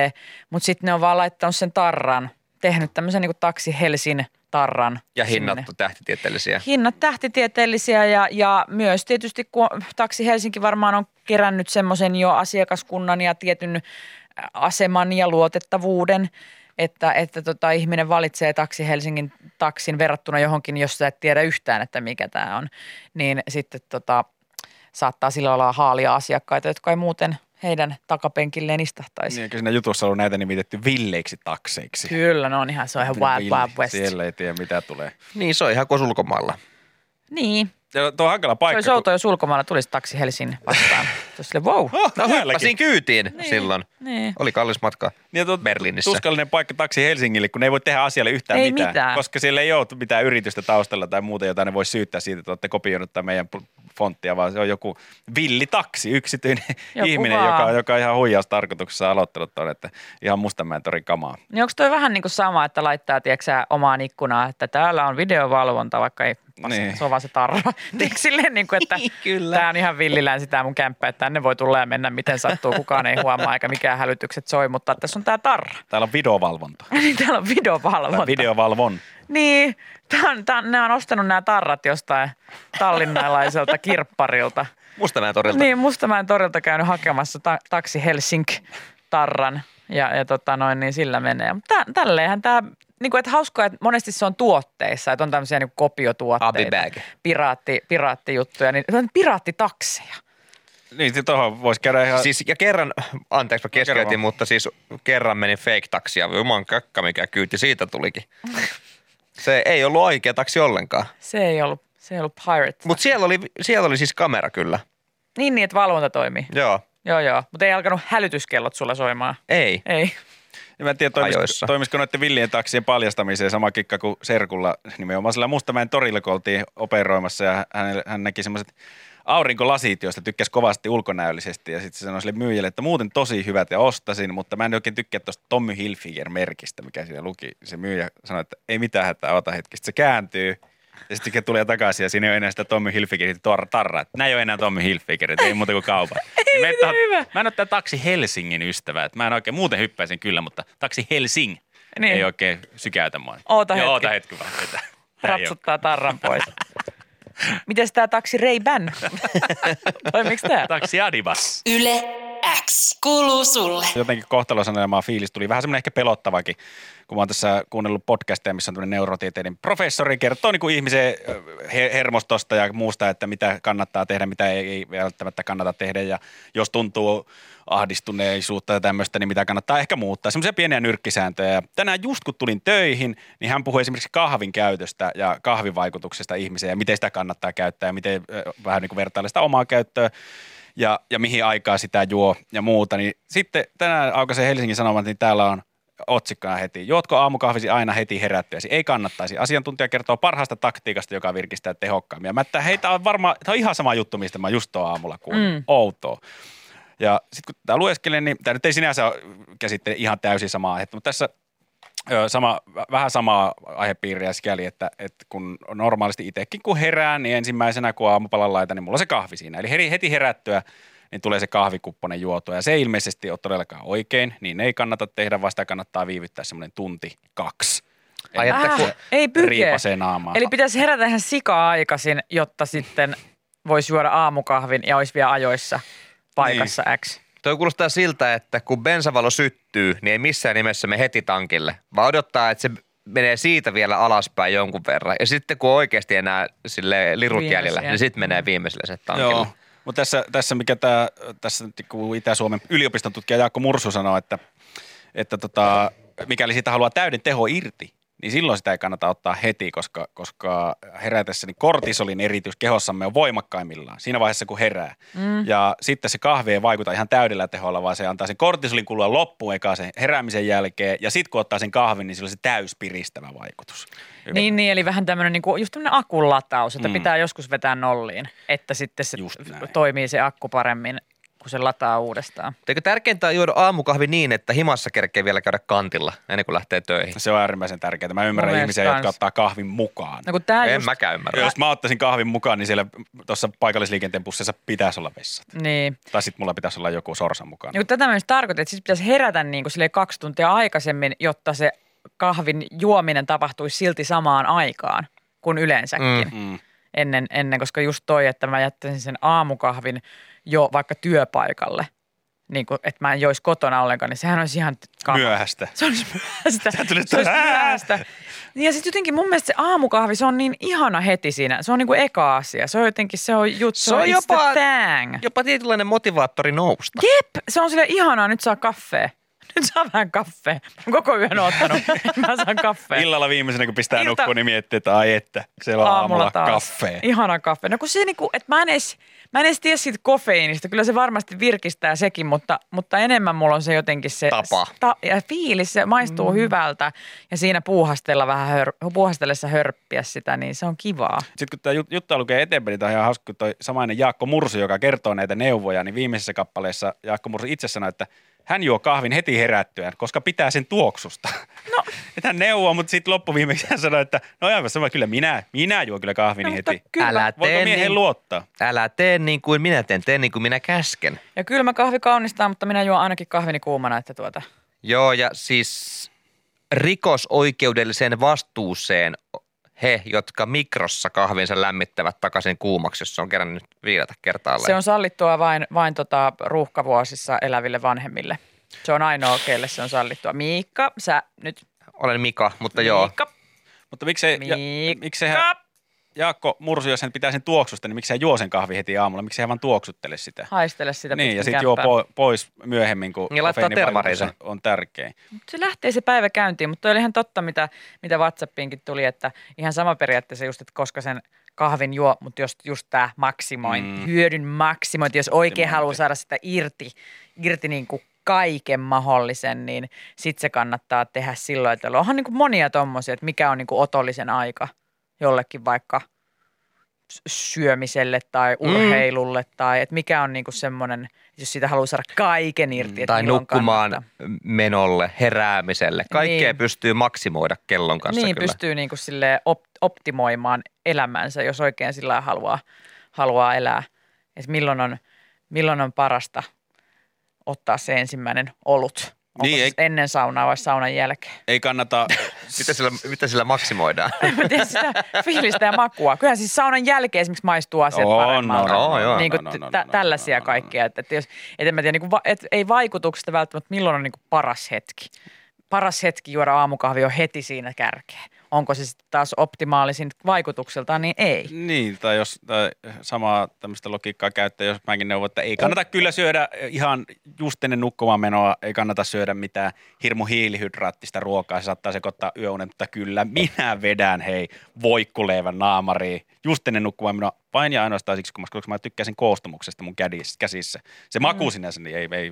Speaker 4: mutta sitten ne on vaan laittanut sen tarran, tehnyt tämmöisen niin taksi Helsin tarran.
Speaker 3: Ja
Speaker 4: sinne.
Speaker 3: hinnat on tähtitieteellisiä.
Speaker 4: Hinnat tähtitieteellisiä ja, ja myös tietysti, kun Taksi Helsinki varmaan on kerännyt semmoisen jo asiakaskunnan ja tietyn aseman ja luotettavuuden, että, että tota, ihminen valitsee Taksi Helsingin taksin verrattuna johonkin, jos sä et tiedä yhtään, että mikä tämä on, niin sitten tota, saattaa sillä olla haalia asiakkaita, jotka ei muuten heidän takapenkilleen istahtaisi.
Speaker 5: Niin, eikö siinä jutussa ollut näitä nimitetty villeiksi takseiksi?
Speaker 4: Kyllä, no on ihan, se on ihan wild,
Speaker 5: Ville.
Speaker 4: wild west.
Speaker 5: Niin, Siellä ei tiedä mitä tulee.
Speaker 3: Niin, se on ihan kuin ulkomailla.
Speaker 4: Niin,
Speaker 5: Ja tuo on hankala
Speaker 4: se
Speaker 5: paikka.
Speaker 4: olisi outoa, jos ulkomailla tulisi Taksi Helsingin vastaan. Se olisi silleen, wow.
Speaker 5: kun... oh,
Speaker 3: No
Speaker 5: täälläkin.
Speaker 3: hyppäsin kyytiin
Speaker 4: Niin.
Speaker 3: niin. silloin.
Speaker 4: Niin.
Speaker 3: Oli kallis matka.
Speaker 5: Niin, tuo
Speaker 3: Berliinissä.
Speaker 5: Tuskallinen paikka taksi Helsingille, kun ne ei voi tehdä asialle yhtään
Speaker 4: Ei
Speaker 5: mitään,
Speaker 4: mitään.
Speaker 5: Koska siellä ei ole mitään yritystä taustalla tai muuta, jota ne voi syyttää siitä, että olette kopioinut tämän meidän pl- fonttia, vaan se on joku villitaksi, yksityinen
Speaker 4: Joku
Speaker 5: ihminen,
Speaker 4: vaan.
Speaker 5: joka, joka on ihan huijaustarkoituksessa aloittanut tuonne, että ihan Mustamäen torin kamaa.
Speaker 4: Niin onko toi vähän niin kuin sama, että laittaa tieksä, omaan ikkunaan, että täällä on videovalvonta, vaikka ei niin.
Speaker 5: Niin.
Speaker 4: se on vaan se tarra. Niin. Silleen niin kuin, että
Speaker 3: Kyllä.
Speaker 4: tämä on ihan villilään sitä mun kämppä, että tänne voi tulla ja mennä miten sattuu, kukaan ei huomaa eikä mikään hälytykset soi, mutta tässä on tämä tarra.
Speaker 5: Täällä on videovalvonta.
Speaker 4: Niin täällä on videovalvonta.
Speaker 5: Tai videovalvon.
Speaker 4: Niin, tää on, tää, nämä on ostanut nämä tarrat jostain tallinnalaiselta kirpparilta.
Speaker 3: Mustamäen torilta.
Speaker 4: Niin, Mustamäen torilta käynyt hakemassa ta- taksi Helsink-tarran ja, ja tota noin, niin sillä menee. Mutta tä- tälleenhän tämä, niin kuin, että hauskaa, että monesti se on tuotteissa, että on tämmöisiä niin kopiotuotteita.
Speaker 3: Abibag.
Speaker 4: Piraatti, piraattijuttuja, niin on piraattitakseja.
Speaker 5: Niin, sit tuohon voisi käydä ihan...
Speaker 3: Siis, ja kerran, anteeksi mä
Speaker 5: Kerro vaan.
Speaker 3: keskeytin, mutta siis kerran meni fake taksia. Juman kakka, mikä kyyti siitä tulikin. Se ei ollut oikea taksi ollenkaan.
Speaker 4: Se ei ollut, se ei ollut pirate. Mut.
Speaker 3: Mutta siellä oli, siellä oli siis kamera kyllä.
Speaker 4: Niin, niin, että valvonta toimii.
Speaker 3: Joo.
Speaker 4: Joo, joo. Mutta ei alkanut hälytyskellot sulla soimaan.
Speaker 3: Ei.
Speaker 4: Ei.
Speaker 5: Ja mä en tiedä, toimisiko,
Speaker 3: ajoissa.
Speaker 5: toimisiko noiden villien taksien paljastamiseen sama kikka kuin Serkulla nimenomaan sillä Mustamäen torilla, kun oltiin operoimassa ja hän, hän näki semmoiset aurinkolasit, joista tykkäsi kovasti ulkonäöllisesti ja sitten se sanoi sille myyjälle, että muuten tosi hyvät ja ostasin, mutta mä en oikein tykkää tuosta Tommy Hilfiger merkistä, mikä siinä luki. Se myyjä sanoi, että ei mitään hätää, ota hetki. Sitten se kääntyy ja sitten se tulee takaisin ja siinä ei ole enää sitä Tommy Hilfigerin tor- tarraa. Nämä ei ole enää Tommy Hilfigerit, ei muuta kuin kaupan.
Speaker 6: Ei, mä, en tahan, mä en ole tää Taksi Helsingin ystävä. Et mä en oikein, muuten hyppäisin kyllä, mutta Taksi Helsing
Speaker 4: Niin.
Speaker 6: niin. ei oikein sykäytä mua.
Speaker 4: Oota
Speaker 6: Joo,
Speaker 4: hetki.
Speaker 6: Oota hetki vaan. Että, tää ei oo-
Speaker 4: Ratsuttaa tarran pois. Mites tää taksi Ray Ban? Toimiks tää?
Speaker 6: Taksi Adibas.
Speaker 1: Yle X kuuluu sulle.
Speaker 5: jotenkin kohtalosanomaa fiilis tuli. Vähän semmoinen ehkä pelottavakin, kun mä oon tässä kuunnellut podcasteja, missä on tämmöinen neurotieteiden professori, kertoo niin kuin ihmisen ö, he- hermostosta ja muusta, että mitä kannattaa tehdä, mitä ei, ei välttämättä kannata tehdä. Ja jos tuntuu ahdistuneisuutta ja tämmöistä, niin mitä kannattaa ehkä muuttaa. Semmoisia pieniä nyrkkisääntöjä. Ja tänään just kun tulin töihin, niin hän puhui esimerkiksi kahvin käytöstä ja kahvin vaikutuksesta ihmiseen ja miten sitä kannattaa käyttää ja miten ö, vähän niin kuin vertailla sitä omaa käyttöä ja, ja mihin aikaa sitä juo ja muuta. Niin sitten tänään aukaisen Helsingin Sanomat, niin täällä on otsikkona heti. Juotko aamukahvisi aina heti herättyäsi? Ei kannattaisi. Asiantuntija kertoo parhaasta taktiikasta, joka virkistää tehokkaammin. Ja mä, että hei, tää on varmaan, tää on ihan sama juttu, mistä mä just tuon aamulla kuulin. Mm.
Speaker 4: Mm.
Speaker 5: Outoa. Ja sitten kun tämä lueskelee, niin tämä nyt ei sinänsä ole käsittele ihan täysin samaa aihetta, mutta tässä ö, sama, v- vähän samaa aihepiiriä sikäli, että, että kun normaalisti itsekin kun herään, niin ensimmäisenä kun aamupalan laitan, niin mulla on se kahvi siinä. Eli heti, heti herättyä, niin tulee se kahvikupponen juotua ja se ei ilmeisesti ole todellakaan oikein, niin ei kannata tehdä, vasta kannattaa viivyttää semmoinen tunti, kaksi.
Speaker 3: Ai että
Speaker 4: Äh,
Speaker 3: kun-
Speaker 4: ei pyke.
Speaker 5: Riipasee naamaa.
Speaker 4: Eli pitäisi herätä ihan sika-aikaisin, jotta sitten voisi juoda aamukahvin ja olisi vielä ajoissa paikassa niin. X.
Speaker 3: Toi kuulostaa siltä, että kun bensavalo syttyy, niin ei missään nimessä me heti tankille, vaan odottaa, että se menee siitä vielä alaspäin jonkun verran. Ja sitten kun on oikeasti enää sille lirut
Speaker 4: Viimeisiä.
Speaker 3: jäljellä, niin sitten menee viimeiselle se tankille. Joo.
Speaker 5: Mutta tässä, tässä, mikä tämä, tässä nyt kun Itä-Suomen yliopiston tutkija Jaakko Mursu sanoo, että, että tota, mikäli siitä haluaa täyden teho irti, niin silloin sitä ei kannata ottaa heti, koska, koska herätessä niin kortisolin erityis kehossamme on voimakkaimmillaan siinä vaiheessa, kun herää. Mm. Ja sitten se kahvi ei vaikuta ihan täydellä teholla, vaan se antaa sen kortisolin kulua loppuun eka sen heräämisen jälkeen. Ja sitten kun ottaa sen kahvin, niin sillä on se täyspiristävä vaikutus.
Speaker 4: Niin, niin, eli vähän tämmöinen niinku, just tämmöinen akun lataus, että mm. pitää joskus vetää nolliin, että sitten se
Speaker 5: Just näin.
Speaker 4: toimii se akku paremmin, kun se lataa uudestaan.
Speaker 3: Eikö tärkeintä on juoda aamukahvi niin, että himassa kerkee vielä käydä kantilla ennen kuin lähtee töihin?
Speaker 5: Se on äärimmäisen tärkeää. Mä ymmärrän
Speaker 4: Mun
Speaker 5: ihmisiä,
Speaker 4: mielestä
Speaker 5: jotka
Speaker 4: kans.
Speaker 5: ottaa kahvin mukaan.
Speaker 4: No kun tää
Speaker 3: en
Speaker 4: just,
Speaker 3: mäkään ymmärrä.
Speaker 5: Ja jos mä ottaisin kahvin mukaan, niin siellä tuossa paikallisliikenteen bussissa pitäisi olla vessat.
Speaker 4: Niin.
Speaker 5: Tai sitten mulla pitäisi olla joku sorsa mukaan.
Speaker 4: Niin kun tätä mä just tarkoitan, että siis pitäisi herätä niin kuin silleen kaksi tuntia aikaisemmin, jotta se kahvin juominen tapahtuisi silti samaan aikaan kuin yleensäkin
Speaker 5: Mm.
Speaker 4: ennen, ennen, koska just toi, että mä jättäisin sen aamukahvin jo vaikka työpaikalle, niin kuin, että mä en joisi kotona ollenkaan, niin sehän olisi ihan kama.
Speaker 5: Myöhästä.
Speaker 4: Se olisi myöhäistä.
Speaker 5: tuli
Speaker 4: Se olisi
Speaker 5: tää-
Speaker 4: myöhäistä. Niin ja sitten jotenkin mun mielestä se aamukahvi, se on niin ihana heti siinä. Se on niinku eka asia. Se on jotenkin, se on juttu. Se, on jopa... Thang.
Speaker 3: jopa tietynlainen motivaattori nousta.
Speaker 4: Jep, se on sille ihanaa, nyt saa kaffea. Nyt saa vähän kaffea. Mä oon koko yön ottanut, mä saan kaffea.
Speaker 5: Illalla viimeisenä, kun pistää
Speaker 4: Ilta-
Speaker 5: Ilta... nukkuun, niin miettii, että ai että, siellä on aamulla, aamulla kaffee.
Speaker 4: Ihana kaffe. No kun se niinku, että mä en edes, mä en edes tiedä siitä kofeiinista. Kyllä se varmasti virkistää sekin, mutta, mutta enemmän mulla on se jotenkin se
Speaker 3: Tapa.
Speaker 4: s- Ta, ja fiilis, se maistuu mm. hyvältä ja siinä puuhastella vähän, hör, puuhastellessa hörppiä sitä, niin se on kivaa.
Speaker 5: Sitten kun tämä juttu lukee eteenpäin, niin tämä on ihan hauska, kun toi samainen Jaakko Mursu, joka kertoo näitä neuvoja, niin viimeisessä kappaleessa Jaakko Mursu itse sanoi, että hän juo kahvin heti herättyään, koska pitää sen tuoksusta. No. että hän neuvoo, mutta sitten loppuviimeksi hän sanoi, että no aivan sama, kyllä minä, minä juon kyllä kahvin
Speaker 4: No, mutta
Speaker 5: heti.
Speaker 4: kyllä.
Speaker 3: Älä
Speaker 5: Voiko
Speaker 3: tee,
Speaker 5: miehen
Speaker 3: niin,
Speaker 5: luottaa?
Speaker 3: älä tee niin kuin minä teen, tee niin kuin minä käsken.
Speaker 4: Ja kylmä kahvi kaunistaa, mutta minä juon ainakin kahvini kuumana, että tuota.
Speaker 3: Joo, ja siis rikosoikeudelliseen vastuuseen he, jotka mikrossa kahvinsa lämmittävät takaisin kuumaksi, jos se on kerännyt viidata kertaalleen.
Speaker 4: Se on sallittua vain, vain tota ruuhkavuosissa eläville vanhemmille. Se on ainoa, kelle se on sallittua. Miikka, sä nyt.
Speaker 3: Olen Mika, mutta joo.
Speaker 4: Miikka,
Speaker 5: Mutta miksei, ja,
Speaker 4: Miikka.
Speaker 5: miksei hän, Jaakko Mursu, jos hän pitää sen tuoksusta, niin miksei juo sen kahvi heti aamulla? Miksei hän vaan tuoksuttele sitä?
Speaker 4: haistele sitä
Speaker 5: niin,
Speaker 4: pitkin
Speaker 5: ja sitten juo
Speaker 4: kämppää. Niin,
Speaker 5: po- pois myöhemmin, kun
Speaker 3: Ja laittaa
Speaker 5: kofeiinin
Speaker 3: termariin
Speaker 5: vaikutus on, on tärkein.
Speaker 4: Se lähtee se päivä käyntiin, mutta toi oli ihan totta, mitä, mitä WhatsAppiinkin tuli, että ihan sama periaatteessa just, että koska sen kahvin juo, mutta just, just tämä maksimointi,
Speaker 5: Mm.
Speaker 4: mm. hyödyn maksimointi, jos oikein
Speaker 5: Maksimointi.
Speaker 4: haluaa saada sitä irti, irti niin kuin kaiken mahdollisen, niin sitten se kannattaa tehdä silloin, että onhan niin kuin monia tommosia, että mikä on niin kuin otollisen aika jollekin vaikka s- syömiselle tai urheilulle mm. tai että mikä on niin kuin semmoinen, jos sitä haluaa saada kaiken irti. että
Speaker 3: Mm, Tai
Speaker 4: milloin
Speaker 3: nukkumaan
Speaker 4: kannattaa.
Speaker 3: menolle, heräämiselle. Kaikkea
Speaker 4: Niin.
Speaker 3: pystyy maksimoida kellon kanssa
Speaker 4: niin,
Speaker 3: kyllä.
Speaker 4: pystyy niin kuin sille op- optimoimaan elämänsä, jos oikein sillä lailla haluaa, haluaa elää. Et milloin, on, milloin on parasta ottaa se ensimmäinen olut. Onko
Speaker 5: Niin,
Speaker 4: niin,
Speaker 5: ei-
Speaker 4: ei... ennen saunaa vai saunan jälkeen?
Speaker 5: Ei kannata...
Speaker 3: Mitä sillä, mitä sillä maksimoidaan?
Speaker 4: Mä tiedän sitä fiilistä ja makua. Kyllähän siis saunan jälkeen esimerkiksi maistuu asiat
Speaker 5: On,
Speaker 4: paremmalta.
Speaker 3: on, on, joo.
Speaker 4: niin kuin tä- tällaisia kaikkea. Että, että jos, et en mä tiedä, niin kuin, va- et, ei vaikutuksesta välttämättä, milloin on niin kuin paras hetki. Paras hetki juoda aamukahvi on heti siinä kärkeen. Onko se sitten taas optimaalisin vaikutukseltaan, niin ei.
Speaker 5: Niin, tai jos tai samaa tämmöistä logiikkaa käyttää, jos mäkin neuvon, että ei kannata kyllä syödä ihan just ennen nukkumaan menoa, ei kannata syödä mitään hirmu hiilihydraattista ruokaa, se saattaa sekoittaa yöunen, mutta kyllä minä vedän hei voikkuleivän naamariin just ennen nukkumaan menoa vain ja ainoastaan siksi, kun mä- koska mä tykkäsin koostumuksesta mun kädis- käsissä. Se maku sinänsä niin ei, ei, ei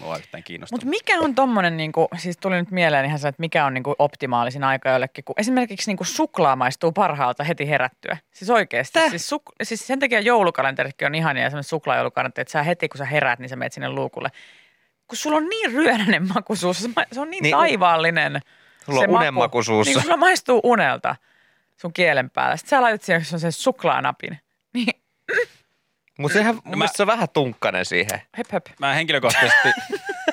Speaker 5: mua yhtään kiinnostanut.
Speaker 4: Mutta mikä on tommonen, niinku, siis tuli nyt mieleen ihan se, että mikä on niinku optimaalisin aika jollekin, kun esimerkiksi niinku suklaa maistuu parhaalta heti herättyä. Siis oikeesti. Siis, suk, siis, sen takia joulukalenterikin on ihania ja semmoinen suklaajoulukalenteri, että sä heti kun sä heräät, niin sä menet sinne luukulle. Kun sulla on niin ryönäinen maku suussa, se ma- se on
Speaker 3: Niin,
Speaker 4: niin, niin taivaallinen
Speaker 3: sulla on
Speaker 4: se
Speaker 3: unen maku suussa.
Speaker 4: Niin kun sulla maistuu unelta sun kielen päällä. Sitten sä laitat siihen sen- sen suklaanapin. Niin,
Speaker 3: Mutta sehän mun
Speaker 5: mä-
Speaker 3: mielestä se on vähän tunkkanen siihen.
Speaker 4: höp höp.
Speaker 5: Mä henkilökohtaisesti,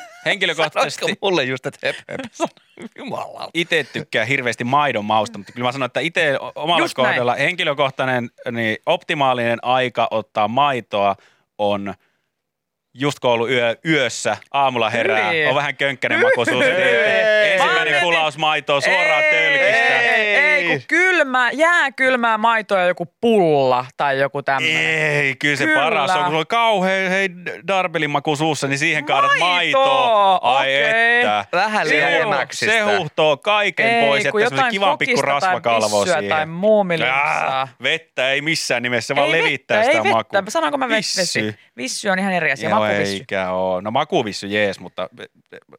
Speaker 3: Sanoitko
Speaker 5: henkilökohtaisesti
Speaker 3: mulle just, että hep, hep. Jumalauta.
Speaker 5: itse tykkään hirveästi maidon mausta, mutta kyllä mä sanon, että itse o- omalla
Speaker 4: Just
Speaker 5: Just kohdalla henkilökohtainen niin optimaalinen aika ottaa maitoa on just koulu yö, yössä, aamulla herää,
Speaker 4: Hyi.
Speaker 5: on vähän könkkänen makuisuus. niin Ensimmäinen
Speaker 4: Vaan-
Speaker 5: kulaus maitoa suoraan
Speaker 4: Niin. ei,
Speaker 5: tölkistä.
Speaker 4: Ei, ei, kun kylmää, jääkylmää maitoa ja joku pulla tai joku tämmöinen.
Speaker 5: Ei, kyllä se
Speaker 4: Kyllä.
Speaker 5: paras on, kun sulla on kauhean hei, darbelin maku suussa, niin siihen kaadat
Speaker 4: Maitoa,
Speaker 5: maitoa. Ai
Speaker 4: okei.
Speaker 5: että.
Speaker 3: Vähän
Speaker 5: Se
Speaker 3: liian
Speaker 5: hu-
Speaker 3: emäksistä.
Speaker 5: Se huhtoo kaiken
Speaker 4: Ei,
Speaker 5: pois,
Speaker 4: kun
Speaker 5: että semmoisen
Speaker 4: jotain
Speaker 5: kivan pikku
Speaker 4: kokista tai
Speaker 5: rasvakalvo
Speaker 4: pissyä
Speaker 5: siihen.
Speaker 4: tai muumilimsaa.
Speaker 5: Äh, vettä ei missään nimessä, se vaan
Speaker 4: ei
Speaker 5: levittää
Speaker 4: vettä,
Speaker 5: sitä
Speaker 4: ei
Speaker 5: makua.
Speaker 4: vettä. Sanonko mä vesi?
Speaker 5: Vissy.
Speaker 4: vesi? Vissy on ihan eri asia,
Speaker 5: Joo,
Speaker 4: makuvissy.
Speaker 5: eikä oo. No makuvissy jees, mutta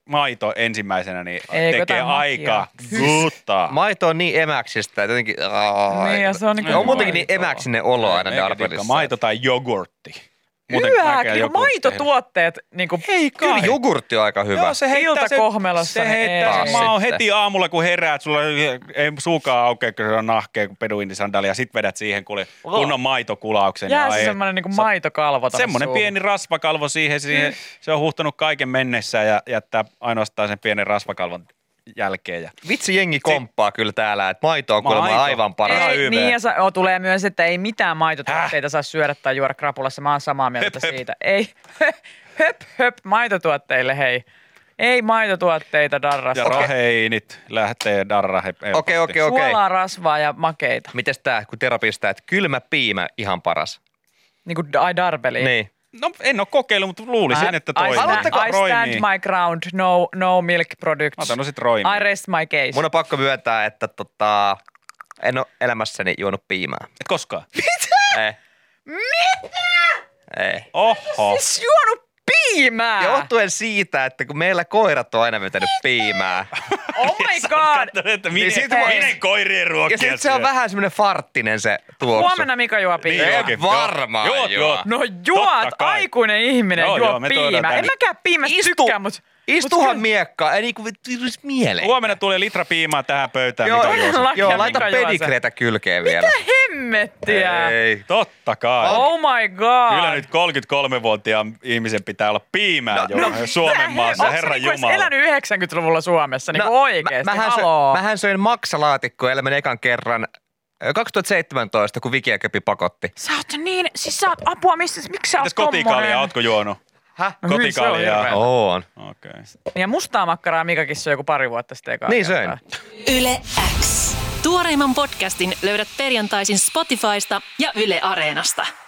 Speaker 5: maito ensimmäisenä niin
Speaker 4: Eikö
Speaker 5: tekee
Speaker 4: jotain
Speaker 5: aika
Speaker 4: makeaa?
Speaker 5: gutta.
Speaker 3: Maito on niin emäksistä, että jotenkin... aah.
Speaker 4: Niin, ja se on niinku
Speaker 3: on muutenkin niin
Speaker 4: maitoa.
Speaker 3: emäksinen olo aina
Speaker 5: Meikä
Speaker 3: Darfurissa.
Speaker 5: tykkää Maito tai jogurtti. Muuten
Speaker 4: Hyvä,
Speaker 5: näkee
Speaker 4: kyllä
Speaker 5: jogurtti.
Speaker 4: maitotuotteet niinku
Speaker 5: Ei kai.
Speaker 3: Kyllä jogurtti on aika hyvä.
Speaker 5: Joo, se heittää sen-
Speaker 4: Iltakohmelossa
Speaker 5: se
Speaker 4: ne
Speaker 5: heittää
Speaker 3: ei.
Speaker 5: sen maun
Speaker 3: Sitten.
Speaker 5: heti aamulla, kun heräät, sulla ei ei suukaan aukea, kun se on nahkea, kun peduintisandaali, ja sit vedät siihen kuule kunnon maitokulauksen.
Speaker 4: Jää
Speaker 5: ja
Speaker 4: se
Speaker 5: ai-
Speaker 4: semmoinen niinku
Speaker 5: sa-
Speaker 4: maitokalvo tonne
Speaker 5: Semmoinen
Speaker 4: suuhun.
Speaker 5: pieni rasvakalvo siihen, siihen
Speaker 3: Niin.
Speaker 5: se on huhtanut kaiken mennessä ja jättää ainoastaan sen pienen rasvakalvon jälkeen. Ja
Speaker 3: Vitsi jengi komppaa kyllä täällä, että maito on kuulemma
Speaker 5: Maito.
Speaker 3: aivan paras.
Speaker 5: Ei.
Speaker 4: Ei,
Speaker 5: hyvää.
Speaker 4: niin ja sa- o, tulee myös, että ei mitään maitotuotteita saa syödä tai juoda krapulassa. Mä oon samaa mieltä siitä. Ei, höp, höp, maitotuotteille hei. Ei maitotuotteita darrasta.
Speaker 5: ja
Speaker 3: Okei.
Speaker 5: raheinit lähtee darra he-
Speaker 3: Okei,
Speaker 5: helposti.
Speaker 3: okei, okei.
Speaker 4: Suolaa, rasvaa ja makeita.
Speaker 3: Mites tää, kun terapista, että kylmä piimä ihan paras.
Speaker 4: Niin kuin ai darbeliin.
Speaker 3: Niin.
Speaker 5: No en ole kokeillut, mutta luulisin, että
Speaker 4: I, I
Speaker 5: toimii.
Speaker 4: stand, I stand
Speaker 5: Roimii. Mä
Speaker 4: my ground, no, no milk products.
Speaker 5: niin? otan no sit roimii.
Speaker 4: I rest my case.
Speaker 3: Mun on pakko myöntää, että tota, en ole elämässäni juonut piimää. Eh,
Speaker 5: Et koskaan.
Speaker 3: Ei. Mitä? Ei.
Speaker 5: Oho.
Speaker 4: Siis juonut piimää!
Speaker 3: eh. Johtuen siitä, että kun meillä koirat on aina vetänyt piimää.
Speaker 4: Oh my god!
Speaker 5: Että
Speaker 3: Niin
Speaker 5: minen,
Speaker 3: sit mä-
Speaker 5: minen koirien ruokia
Speaker 3: Ja sitten se on
Speaker 5: syöt?
Speaker 3: vähän semmoinen farttinen se tuoksu.
Speaker 4: Huomenna Mika juo piimää.
Speaker 3: Ei
Speaker 5: oikein.
Speaker 3: varmaan
Speaker 5: Niin Joo,
Speaker 3: juo.
Speaker 5: joo.
Speaker 4: No juot,
Speaker 5: Totta kai.
Speaker 4: aikuinen ihminen
Speaker 5: Joo,
Speaker 4: juo
Speaker 5: joo, me tuodaan
Speaker 4: piimää. En
Speaker 5: tänne.
Speaker 4: mäkään piimästä tykkää, mutta...
Speaker 3: Istuhan miekkaa, ei niinku tulisi mieleen.
Speaker 5: Huomenna tulee litra piimaa tähän pöytään,
Speaker 3: Joo,
Speaker 5: mikä juo.
Speaker 4: Todellakin,
Speaker 3: joo, laita
Speaker 4: Mika juo sen.
Speaker 3: pedikreetä kylkeen vielä.
Speaker 4: Hemmettiä!
Speaker 3: Ei.
Speaker 5: Totta kai.
Speaker 4: Oh my god!
Speaker 5: Kyllä nyt 33-vuotiaan ihmisen pitää olla piimää no, jo no, Suomen maassa, herra
Speaker 4: Onko
Speaker 5: Jumala.
Speaker 4: elänyt 90-luvulla Suomessa? Niin kuin oikeesti,
Speaker 3: No, mä, mähän,
Speaker 4: haloo.
Speaker 3: söin, mähän söin maksalaatikkoa elämän ekan kerran ö, 2017, kun Viki ja Köpi pakotti.
Speaker 4: Sä oot niin, siis sä oot apua, missä, miksi sä oot
Speaker 5: Mitäs kotikaalia,
Speaker 4: tommonen?
Speaker 5: ootko juonut?
Speaker 3: Häh?
Speaker 4: No hyi, se on
Speaker 5: Kotikaalia.
Speaker 4: hirveä.
Speaker 3: Oon.
Speaker 5: Okei. Okay.
Speaker 4: Ja mustaa makkaraa Mikakin söi joku pari vuotta sitten ekaa
Speaker 3: Niin
Speaker 4: kertaa.
Speaker 3: söin.
Speaker 1: Yle X. Tuoreimman podcastin löydät perjantaisin Spotifysta ja Yle Areenasta.